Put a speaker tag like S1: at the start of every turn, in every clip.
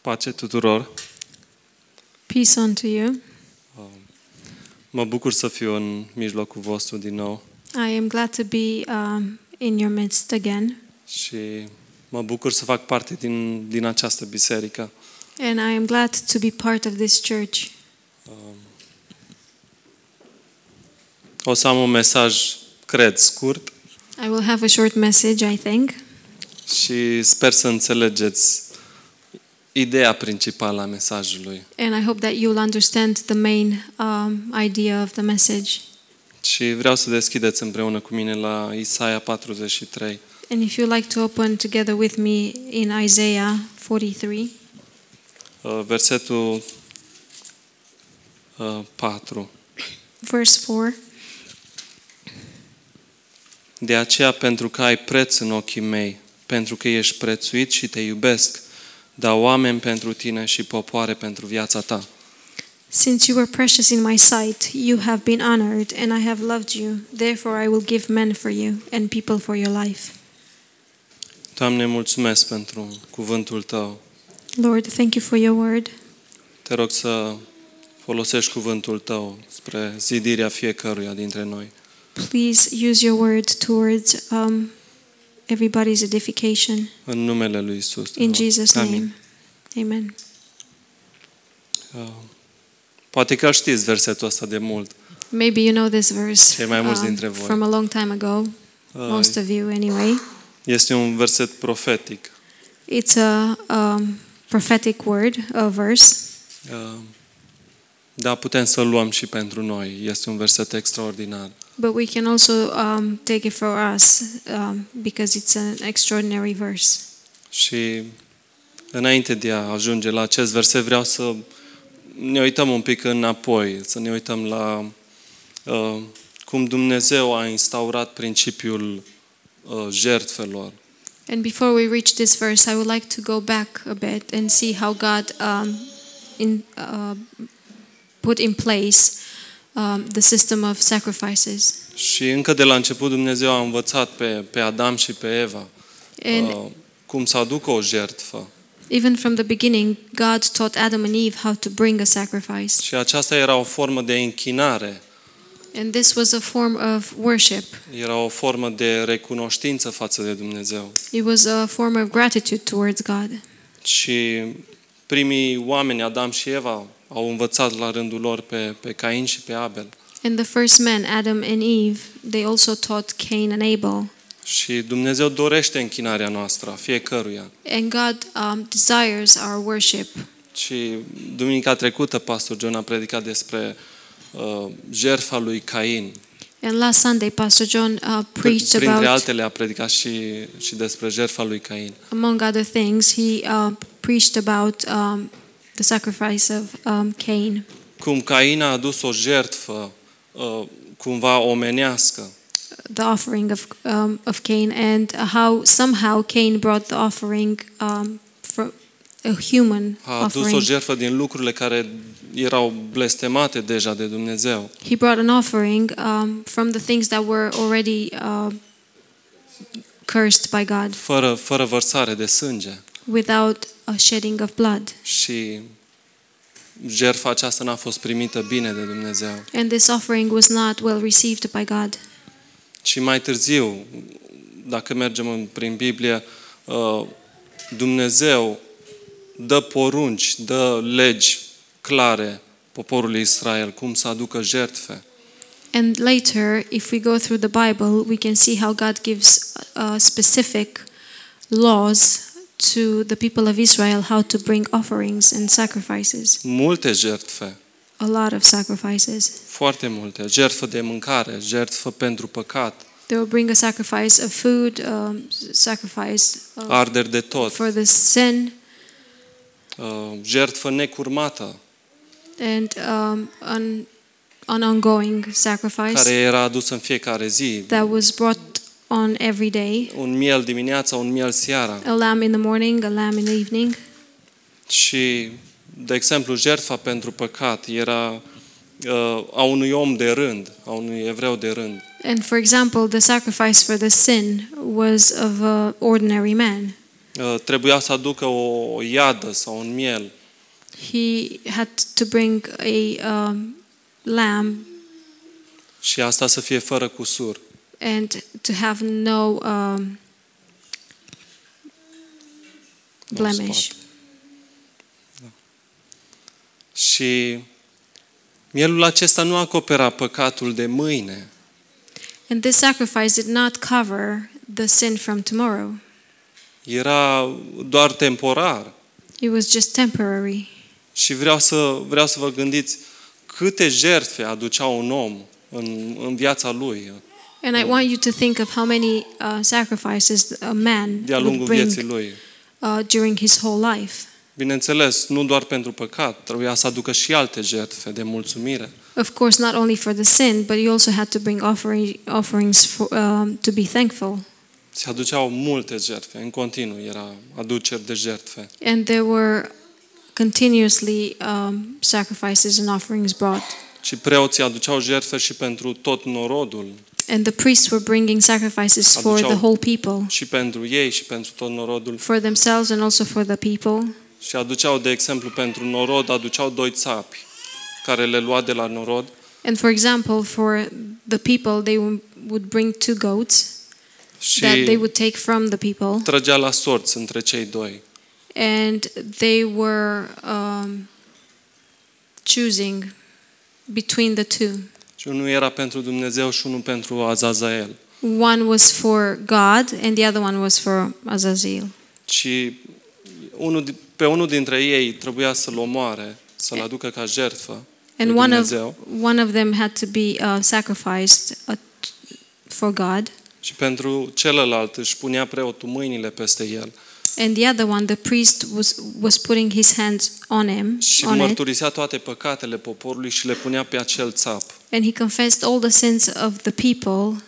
S1: Pace tuturor!
S2: Peace unto you.
S1: Mă bucur să fiu în mijlocul vostru din nou
S2: I am glad to be um, in your midst again,
S1: și mă bucur să fac parte din, din această biserică.
S2: and I am glad to be part of this church.
S1: O să am un mesaj, cred, scurt
S2: I will have a short message, I think,
S1: și sper să înțelegeți ideea principală a mesajului.
S2: and I hope that you'll understand the main um, idea of the message.
S1: Și vreau să deschideți împreună cu mine la Isaia 43.
S2: And if you'd like to open together with me in Isaiah 43,
S1: Uh, Versetul uh, 4.
S2: verse 4.
S1: De aceea, pentru că ai preț în ochii mei, pentru că ești prețuit și te iubesc, dau oameni pentru tine și popoare pentru viața ta.
S2: Since you were precious in my sight, you have been honored, and I have loved you. Therefore, I will give men for you and people for your life.
S1: Doamne, mulțumesc pentru cuvântul Tău.
S2: Lord, thank you for your word.
S1: Te rog să folosești cuvântul Tău spre zidirea fiecăruia dintre noi.
S2: Please use your word towards um, everybody's edification.
S1: În numele Lui Isus. te
S2: In
S1: rog.
S2: Jesus'
S1: Amin.
S2: name. Amen.
S1: Uh, Poate că știți versetul ăsta de mult. Uh,
S2: Maybe you know this verse um,
S1: Cei mai mulți dintre voi.
S2: from a long time ago,
S1: Uh,
S2: most of you anyway.
S1: Este un verset profetic.
S2: It's a um, prophetic word, a verse,
S1: Uh, Da, putem să-l luăm și pentru noi. Este un verset extraordinar.
S2: but we can also um, take it for us um, because it's an extraordinary verse.
S1: Și înainte de a ajunge la acest verset, vreau să ne uităm un pic înapoi, să ne uităm la uh, cum Dumnezeu a instaurat principiul uh, jertfelor.
S2: And before we reach this verse, I would like to go back a bit and see how God um, in, uh, put in place um, the system of sacrifices.
S1: Și încă de la început Dumnezeu a învățat pe, pe Adam și pe Eva
S2: And
S1: uh, cum să aducă o jertfă.
S2: even from the beginning, God taught Adam and Eve how to bring a sacrifice.
S1: Și aceasta era o formă de închinare,
S2: And this was a form of worship,
S1: era o formă de recunoștință față de Dumnezeu.
S2: it was a form of gratitude towards God.
S1: Și primii oameni, Adam și Eva, au învățat la rândul lor pe, pe Cain și pe Abel.
S2: And the first men, Adam and Eve, they also taught Cain and Abel.
S1: Și Dumnezeu dorește închinarea noastră, a fiecăruia.
S2: And God um, desires our worship.
S1: Și duminica trecută, pastor John a predicat despre uh, jertfa lui Cain.
S2: And last Sunday, Pastor John uh, preached
S1: Printre
S2: about
S1: altele a predicat și, și despre jertfa lui Cain.
S2: among other things, he uh, preached about um, the sacrifice of um, Cain.
S1: Cum Cain a adus o jertfă uh, cumva omenească.
S2: The offering of um, of Cain and how somehow Cain brought the offering um, for a human
S1: A adus o
S2: offering.
S1: jertfă din lucrurile care erau blestemate deja de Dumnezeu.
S2: He brought an offering um, from the things that were already uh, cursed by God,
S1: fără, fără vărsare de sânge.
S2: without a shedding of blood.
S1: Și jertfa aceasta n-a fost primită bine de Dumnezeu.
S2: And this offering was not well received by God.
S1: Și mai târziu, dacă mergem în- prin Biblie, uh, Dumnezeu dă porunci, dă legi clare poporului Israel cum să aducă jertfe.
S2: And later, if we go through the Bible, we can see how God gives uh, specific laws to the people of Israel how to bring offerings and sacrifices.
S1: Multe jertfe,
S2: A lot of sacrifices.
S1: foarte multe. Jertfă de mâncare, jertfă pentru păcat,
S2: They will bring a sacrifice of food, um, sacrifice uh,
S1: arderi de tot,
S2: for the sin,
S1: uh, jertfă necurmată,
S2: and um, an, an ongoing sacrifice
S1: care era adusă în fiecare zi,
S2: that was brought on every day
S1: un miel dimineața, un miel seara.
S2: a lamb in the morning, a lamb in the evening.
S1: Și, de exemplu, jertfa pentru păcat era uh, a unui om de rând, a unui evreu de rând.
S2: And for example, the sacrifice for the sin was of an ordinary man.
S1: uh, trebuia să aducă o iadă sau un miel.
S2: He had to bring a um, lamb
S1: Și asta să fie fără cusur.
S2: and to have no um,
S1: No
S2: blemish.
S1: Și mielul acesta nu acopera păcatul de mâine,
S2: And this sacrifice did not cover the sin from tomorrow,
S1: era doar temporar.
S2: it was just temporary.
S1: Și vreau să, vreau să vă gândiți câte jertfe aducea un om în, în viața lui,
S2: And I want you to think of how many uh, sacrifices a man
S1: de-a
S2: would
S1: lungul vieții
S2: bring
S1: lui.
S2: uh, during his whole life.
S1: Bineînțeles, nu doar pentru păcat, trebuia să aducă și alte jertfe de mulțumire.
S2: Of course, not only for the sin, but he also had to bring offering, offerings for, um, to be thankful.
S1: Se aduceau multe jertfe, în continuu era aduceri de jertfe.
S2: And there were continuously um, sacrifices and offerings brought.
S1: Și preoții aduceau jertfe și pentru tot norodul,
S2: And the priests were bringing sacrifices for
S1: Aduceau-
S2: the whole people,
S1: și pentru ei și pentru tot norodul.
S2: for themselves and also for the people.
S1: Și aduceau, de exemplu, pentru norod, aduceau doi țapi care le lua de la norod
S2: And for example, for the people, they w- would bring two goats that they
S1: și
S2: would take from the people,
S1: trăgea la sorți între cei doi.
S2: and they were um, choosing between the two.
S1: Și unul era pentru Dumnezeu și unul pentru Azazel.
S2: One was for God, and the other one was for Azazel.
S1: Și unul, di- pe unul dintre ei trebuia să-l omoare, să-l aducă ca jertfă.
S2: And
S1: lui
S2: one of
S1: Dumnezeu.
S2: one of them had to be uh, sacrificed uh, t- for God,
S1: Și pentru celălalt își punea preotul mâinile peste el
S2: and the other one, the priest, was was putting his hands on him,
S1: și
S2: on it,
S1: mărturisea toate păcatele poporului și le punea pe acel țap.
S2: and he confessed all the sins of the people,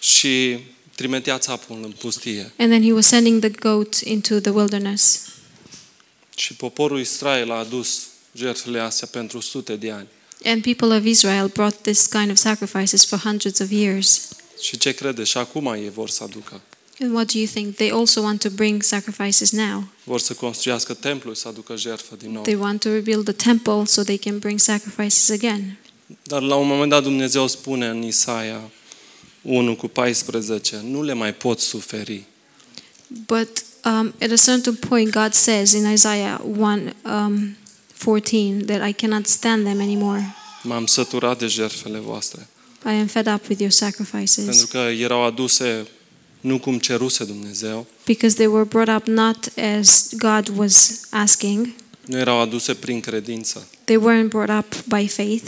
S1: Și trimitea țapul în pustie.
S2: and then he was sending the goat into the wilderness.
S1: Și poporul Israel a adus jertfele astea pentru sute de ani.
S2: And people of Israel brought this kind of sacrifices for hundreds of years.
S1: Și ce crede? Și acum ei vor să aducă.
S2: And what do you think? They also want to bring sacrifices now.
S1: Vor să construiască templul, să aducă jertfă din nou.
S2: They want to rebuild the temple so they can bring sacrifices again.
S1: Dar la un moment dat Dumnezeu spune în Isaia 1 cu 14, nu le mai pot suferi.
S2: But um, at a certain point, God says in Isaiah 1 um, 14 that I cannot stand them anymore.
S1: M-am săturat de jertfele voastre.
S2: I am fed up with your
S1: Pentru
S2: sacrifices
S1: că erau aduse nu cum ceruse Dumnezeu,
S2: because they were brought up not as God was asking,
S1: nu erau aduse prin credință.
S2: they weren't brought up by faith.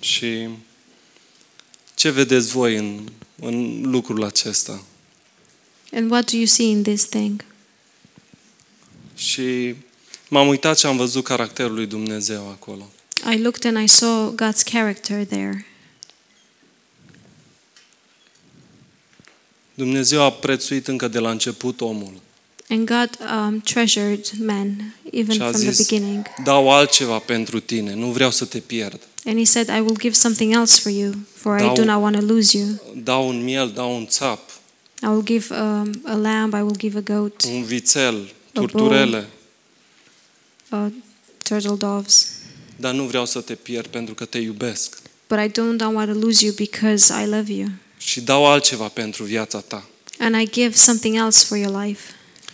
S1: Și ce vedeți voi în, în lucrul acesta?
S2: And what do you see in this thing?
S1: Și m-am uitat și am văzut caracterul lui Dumnezeu acolo.
S2: I looked and I saw God's character there.
S1: Dumnezeu a prețuit încă de la început omul.
S2: And God um, treasured man even
S1: Și a
S2: from the
S1: zis,
S2: beginning.
S1: dau altceva pentru tine, nu vreau să te pierd.
S2: And He said, I will give something else for you, for I do
S1: Dau-
S2: not want to lose you.
S1: dau un miel, dau un țap,
S2: I will give um, a lamb, I will give a goat.
S1: un vițel,
S2: bun.
S1: turturele,
S2: uh, turtle doves.
S1: dar nu vreau să te pierd pentru că te iubesc
S2: But I don't, don't want to lose you because I love you.
S1: și dau altceva pentru viața ta.
S2: And I give something else for your life.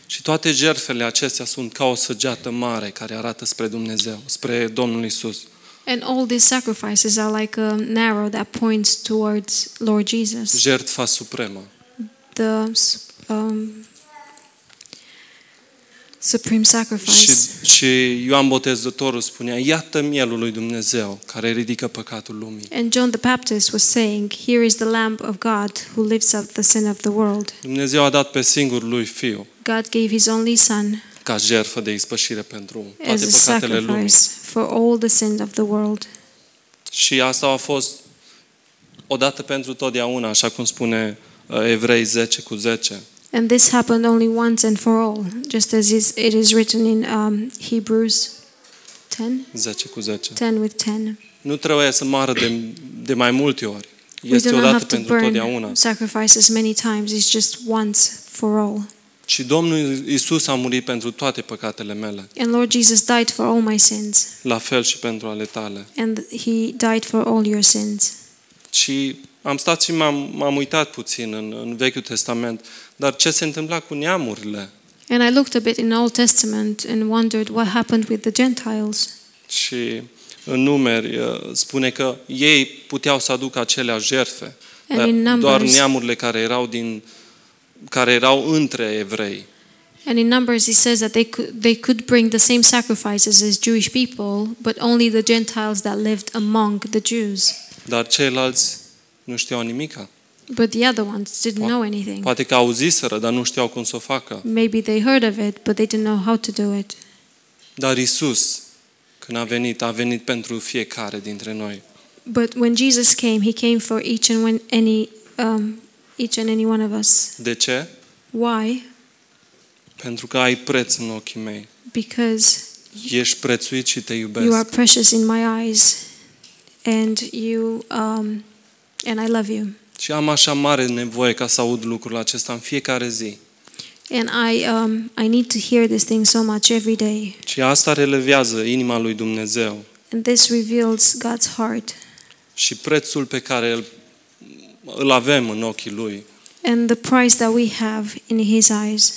S1: Și toate jertfele acestea sunt ca o săgeată mare care arată spre Dumnezeu, spre Domnul Isus.
S2: And all these sacrifices are like a narrow that points towards Lord Jesus,
S1: Jertfa supremă.
S2: the um, supreme
S1: Și,
S2: sacrifice.
S1: și Ioan Botezătorul spunea, iată mielul lui Dumnezeu care ridică păcatul lumii.
S2: And John the Baptist was saying, Here is the Lamb of God who lifts up the sin of the world.
S1: Dumnezeu a dat pe singurul lui Fiu
S2: God gave his only Son
S1: ca jertfă de ispășire pentru
S2: as
S1: toate
S2: a
S1: păcatele lumii.
S2: sacrifice for all the sins of the world.
S1: Și asta a fost odată pentru totdeauna, așa cum spune uh, Evrei 10 cu 10.
S2: And this happened only once and for all, just as is, it is written in um, Hebrews 10,
S1: 10 cu 10.
S2: 10 with 10.
S1: Nu trebuie să moară de, de mai multe ori.
S2: We
S1: Este
S2: do not
S1: odată
S2: have to
S1: pentru totdeauna.
S2: burn sacrifices many times, it's just once for all.
S1: Și Domnul Isus a murit pentru toate păcatele mele,
S2: And Lord Jesus died for all my sins,
S1: la fel și pentru ale tale.
S2: and He died for all your sins.
S1: Și am stat și m-am, m-am uitat puțin în, în Vechiul Testament, dar ce se întâmpla cu neamurile?
S2: And I looked a bit in Old Testament and wondered what happened with the Gentiles.
S1: Și în numeri uh, spune că ei puteau să aducă aceleași jertfe,
S2: And
S1: dar
S2: in
S1: doar
S2: Numbers-
S1: neamurile care erau, din, care erau între evrei.
S2: And in Numbers, it says that they could, they could bring the same sacrifices as Jewish people, but only the Gentiles that lived among the Jews.
S1: Dar ceilalți nu știau nimica.
S2: But the other ones didn't
S1: Po-
S2: know anything.
S1: Poate că auziseră, dar nu știau cum să o facă.
S2: Maybe they heard of it, but they didn't know how to do it.
S1: Dar Isus, când a venit, a venit pentru fiecare dintre noi.
S2: But when Jesus came, He came for each and when any, um, each and any one of us.
S1: De ce?
S2: Why?
S1: Pentru că ai preț în ochii mei.
S2: Because
S1: Ești prețuit și te
S2: you are
S1: iubesc.
S2: precious in my eyes, and you, um, and I love you.
S1: Și am așa mare nevoie ca să aud lucrul acesta în fiecare zi.
S2: And I, um, I need to hear this thing so much every day.
S1: Și asta relevează inima lui Dumnezeu
S2: And this reveals God's heart
S1: și prețul pe care îl, îl avem în ochii lui.
S2: and the price that we have in His eyes.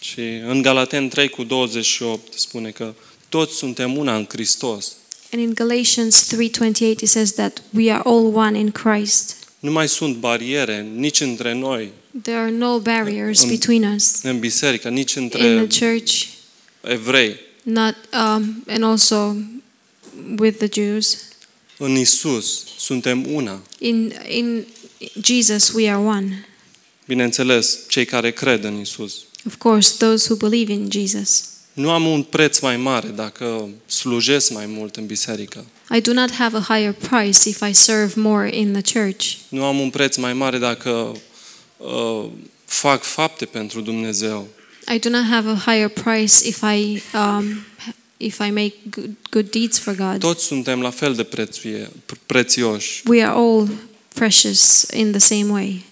S1: Și în Galaten 3 cu 28 spune că toți suntem una în Hristos.
S2: And in Galatians 3:28 it says that we are all one in Christ.
S1: Nu mai sunt bariere nici între noi,
S2: There are no barriers
S1: Um,
S2: between us
S1: în biserică, nici
S2: in the
S1: între
S2: church.
S1: evrei.
S2: not um, and also with the Jews.
S1: În Isus suntem una.
S2: In in Jesus we are one.
S1: Bineînțeles, cei care cred în Isus.
S2: Of course, those who believe in Jesus.
S1: Nu am un preț mai mare dacă slujesc mai mult în biserică.
S2: I do not have a higher price if I serve more in the church.
S1: Nu am un preț mai mare dacă uh, fac fapte pentru Dumnezeu.
S2: I do not have a higher price if I um, if I make good, good deeds for God.
S1: Toți suntem la fel de prețuie, pr- prețioși
S2: We are all precious in the same way.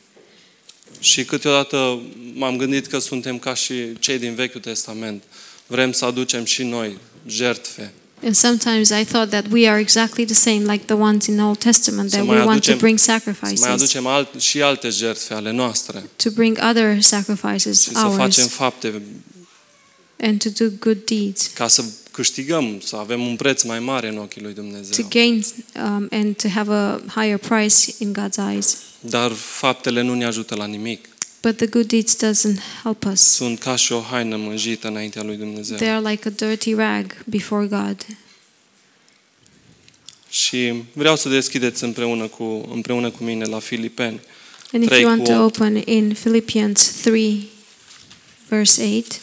S1: și câteodată m-am gândit că suntem ca și cei din Vechiul Testament. Vrem să aducem și noi jertfe,
S2: And sometimes I thought that we are exactly the same like the ones in Old Testament
S1: Să
S2: that
S1: mai
S2: we want to
S1: aducem-
S2: bring
S1: să mai
S2: sacrifices.
S1: aducem alt, și alte jertfe ale noastre
S2: to bring other
S1: și
S2: sacrifices,
S1: să facem
S2: ours,
S1: fapte
S2: and to do good deeds,
S1: ca să câștigăm, să avem un preț mai mare în ochii lui
S2: to
S1: Dumnezeu.
S2: gain um, and to have a higher price in God's eyes.
S1: Dar faptele nu ne ajută la nimic.
S2: But the good deeds doesn't help us.
S1: Sunt ca și o haină mânjită înaintea lui Dumnezeu.
S2: They are like a dirty rag before God.
S1: Și vreau să deschideți împreună cu, împreună cu mine la Filipeni.
S2: And if
S1: Trei
S2: you want
S1: cu
S2: to
S1: opt.
S2: open in Philippians 3, verse 8,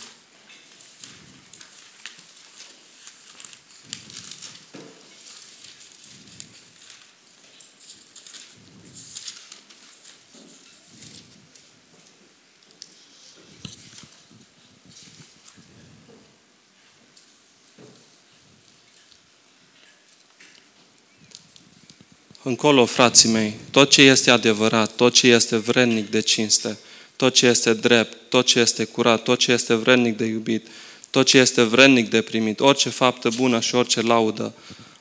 S1: Încolo, frații mei, tot ce este adevărat, tot ce este vrednic de cinste, tot ce este drept, tot ce este curat, tot ce este vrednic de iubit, tot ce este vrednic de primit, orice faptă bună și orice laudă,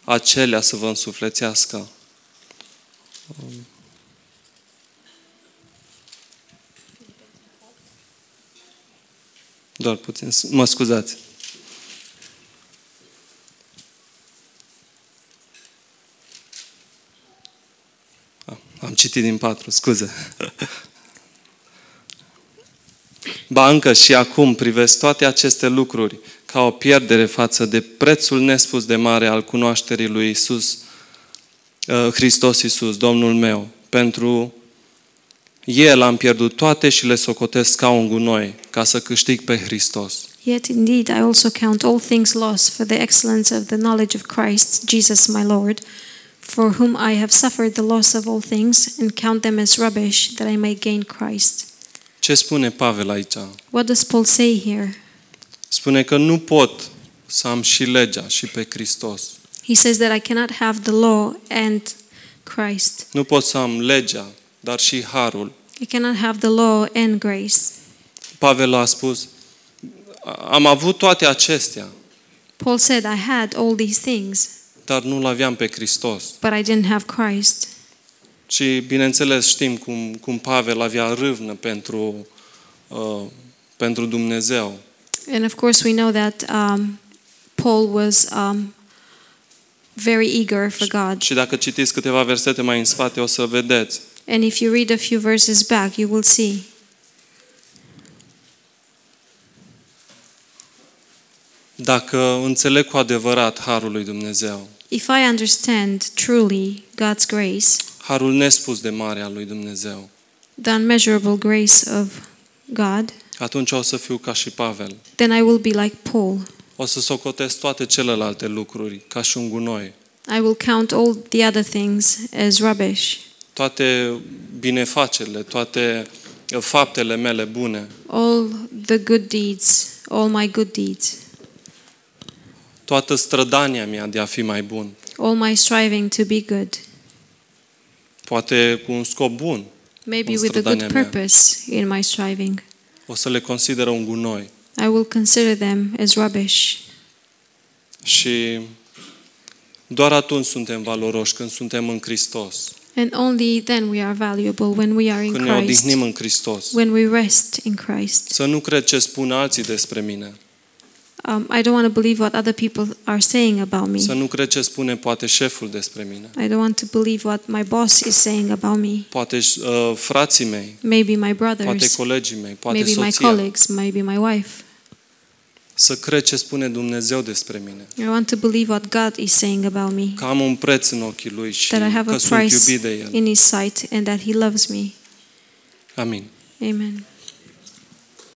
S1: acelea să vă însuflețească. Doar puțin, mă scuzați. Am citit din patru, scuze. Ba încă și acum privesc toate aceste lucruri ca o pierdere față de prețul nespus de mare al cunoașterii lui Isus, uh, Hristos Isus, Domnul meu. Pentru El am pierdut toate și le socotesc ca un gunoi, ca să câștig pe Hristos.
S2: Yet indeed I also count all things lost for the excellence of the knowledge of Christ Jesus my Lord, for whom I have suffered the loss of all things, and count them as rubbish, that I may gain Christ.
S1: Ce spune Pavel aici?
S2: What does Paul say here?
S1: Spune că nu pot să am și legea și pe Hristos.
S2: He says that I cannot have the law and Christ.
S1: Nu pot să am legea, dar și harul.
S2: You cannot have the law and grace.
S1: Pavel a spus, am avut toate acestea,
S2: Paul said, I had all these things,
S1: dar nu-L aveam pe Hristos.
S2: but I didn't have Christ.
S1: Și, bineînțeles, știm cum, cum Pavel avea râvnă pentru, uh, pentru Dumnezeu.
S2: And of course, we know that um, Paul was um, very eager for God.
S1: Și dacă citiți câteva versete mai în spate, o să vedeți.
S2: And if you read a few verses back, you will see.
S1: Dacă înțeleg cu adevărat harul lui Dumnezeu,
S2: If I understand truly God's grace,
S1: harul nespus de mare al lui Dumnezeu,
S2: the unmeasurable grace of God,
S1: atunci o să fiu ca și Pavel.
S2: then I will be like Paul.
S1: O să socotesc toate celelalte lucruri ca și un gunoi.
S2: I will count all the other things as rubbish.
S1: Toate binefacerile, toate uh, faptele mele bune,
S2: All the good deeds, all my good deeds,
S1: toată strădania mea de a fi mai bun,
S2: all my striving to be good,
S1: poate cu un scop bun,
S2: maybe with a good
S1: Strădania mea.
S2: purpose in my striving.
S1: o să le consideră un gunoi.
S2: I will consider them as rubbish.
S1: Și doar atunci suntem valoroși, când suntem în Hristos,
S2: And only then we are valuable when we are in
S1: când ne
S2: Christ,
S1: odihnim în Hristos.
S2: when we rest in Christ.
S1: Să nu cred ce spun alții despre mine,
S2: Um, I don't want to believe what other people are saying about me.
S1: să nu cred ce spune poate șeful despre mine,
S2: I don't want to believe what my boss is saying about me.
S1: poate uh, frații mei,
S2: Maybe my
S1: poate
S2: brothers,
S1: colegii mei, poate
S2: maybe my
S1: soția.
S2: colleagues, maybe my wife.
S1: Să cred ce spune Dumnezeu despre mine,
S2: I want to believe what God is saying about me,
S1: că am un preț în ochii Lui și
S2: that I have
S1: că
S2: a
S1: sunt
S2: price
S1: iubit de El.
S2: in His sight and that He loves me.
S1: Amin.
S2: Amen.